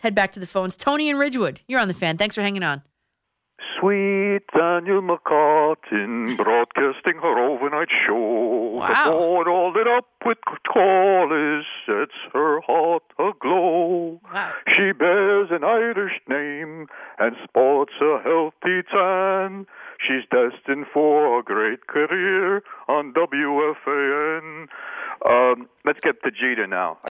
head back to the phones. Tony and Ridgewood, you're on the fan. Thanks for hanging on. Sweet Daniel McCartin broadcasting her overnight show. Wow. The board all lit up with callers sets her heart aglow. Wow. She bears an Irish name and sports a healthy tan. She's destined for a great career on WFAN. Um, let's get to Jeter now.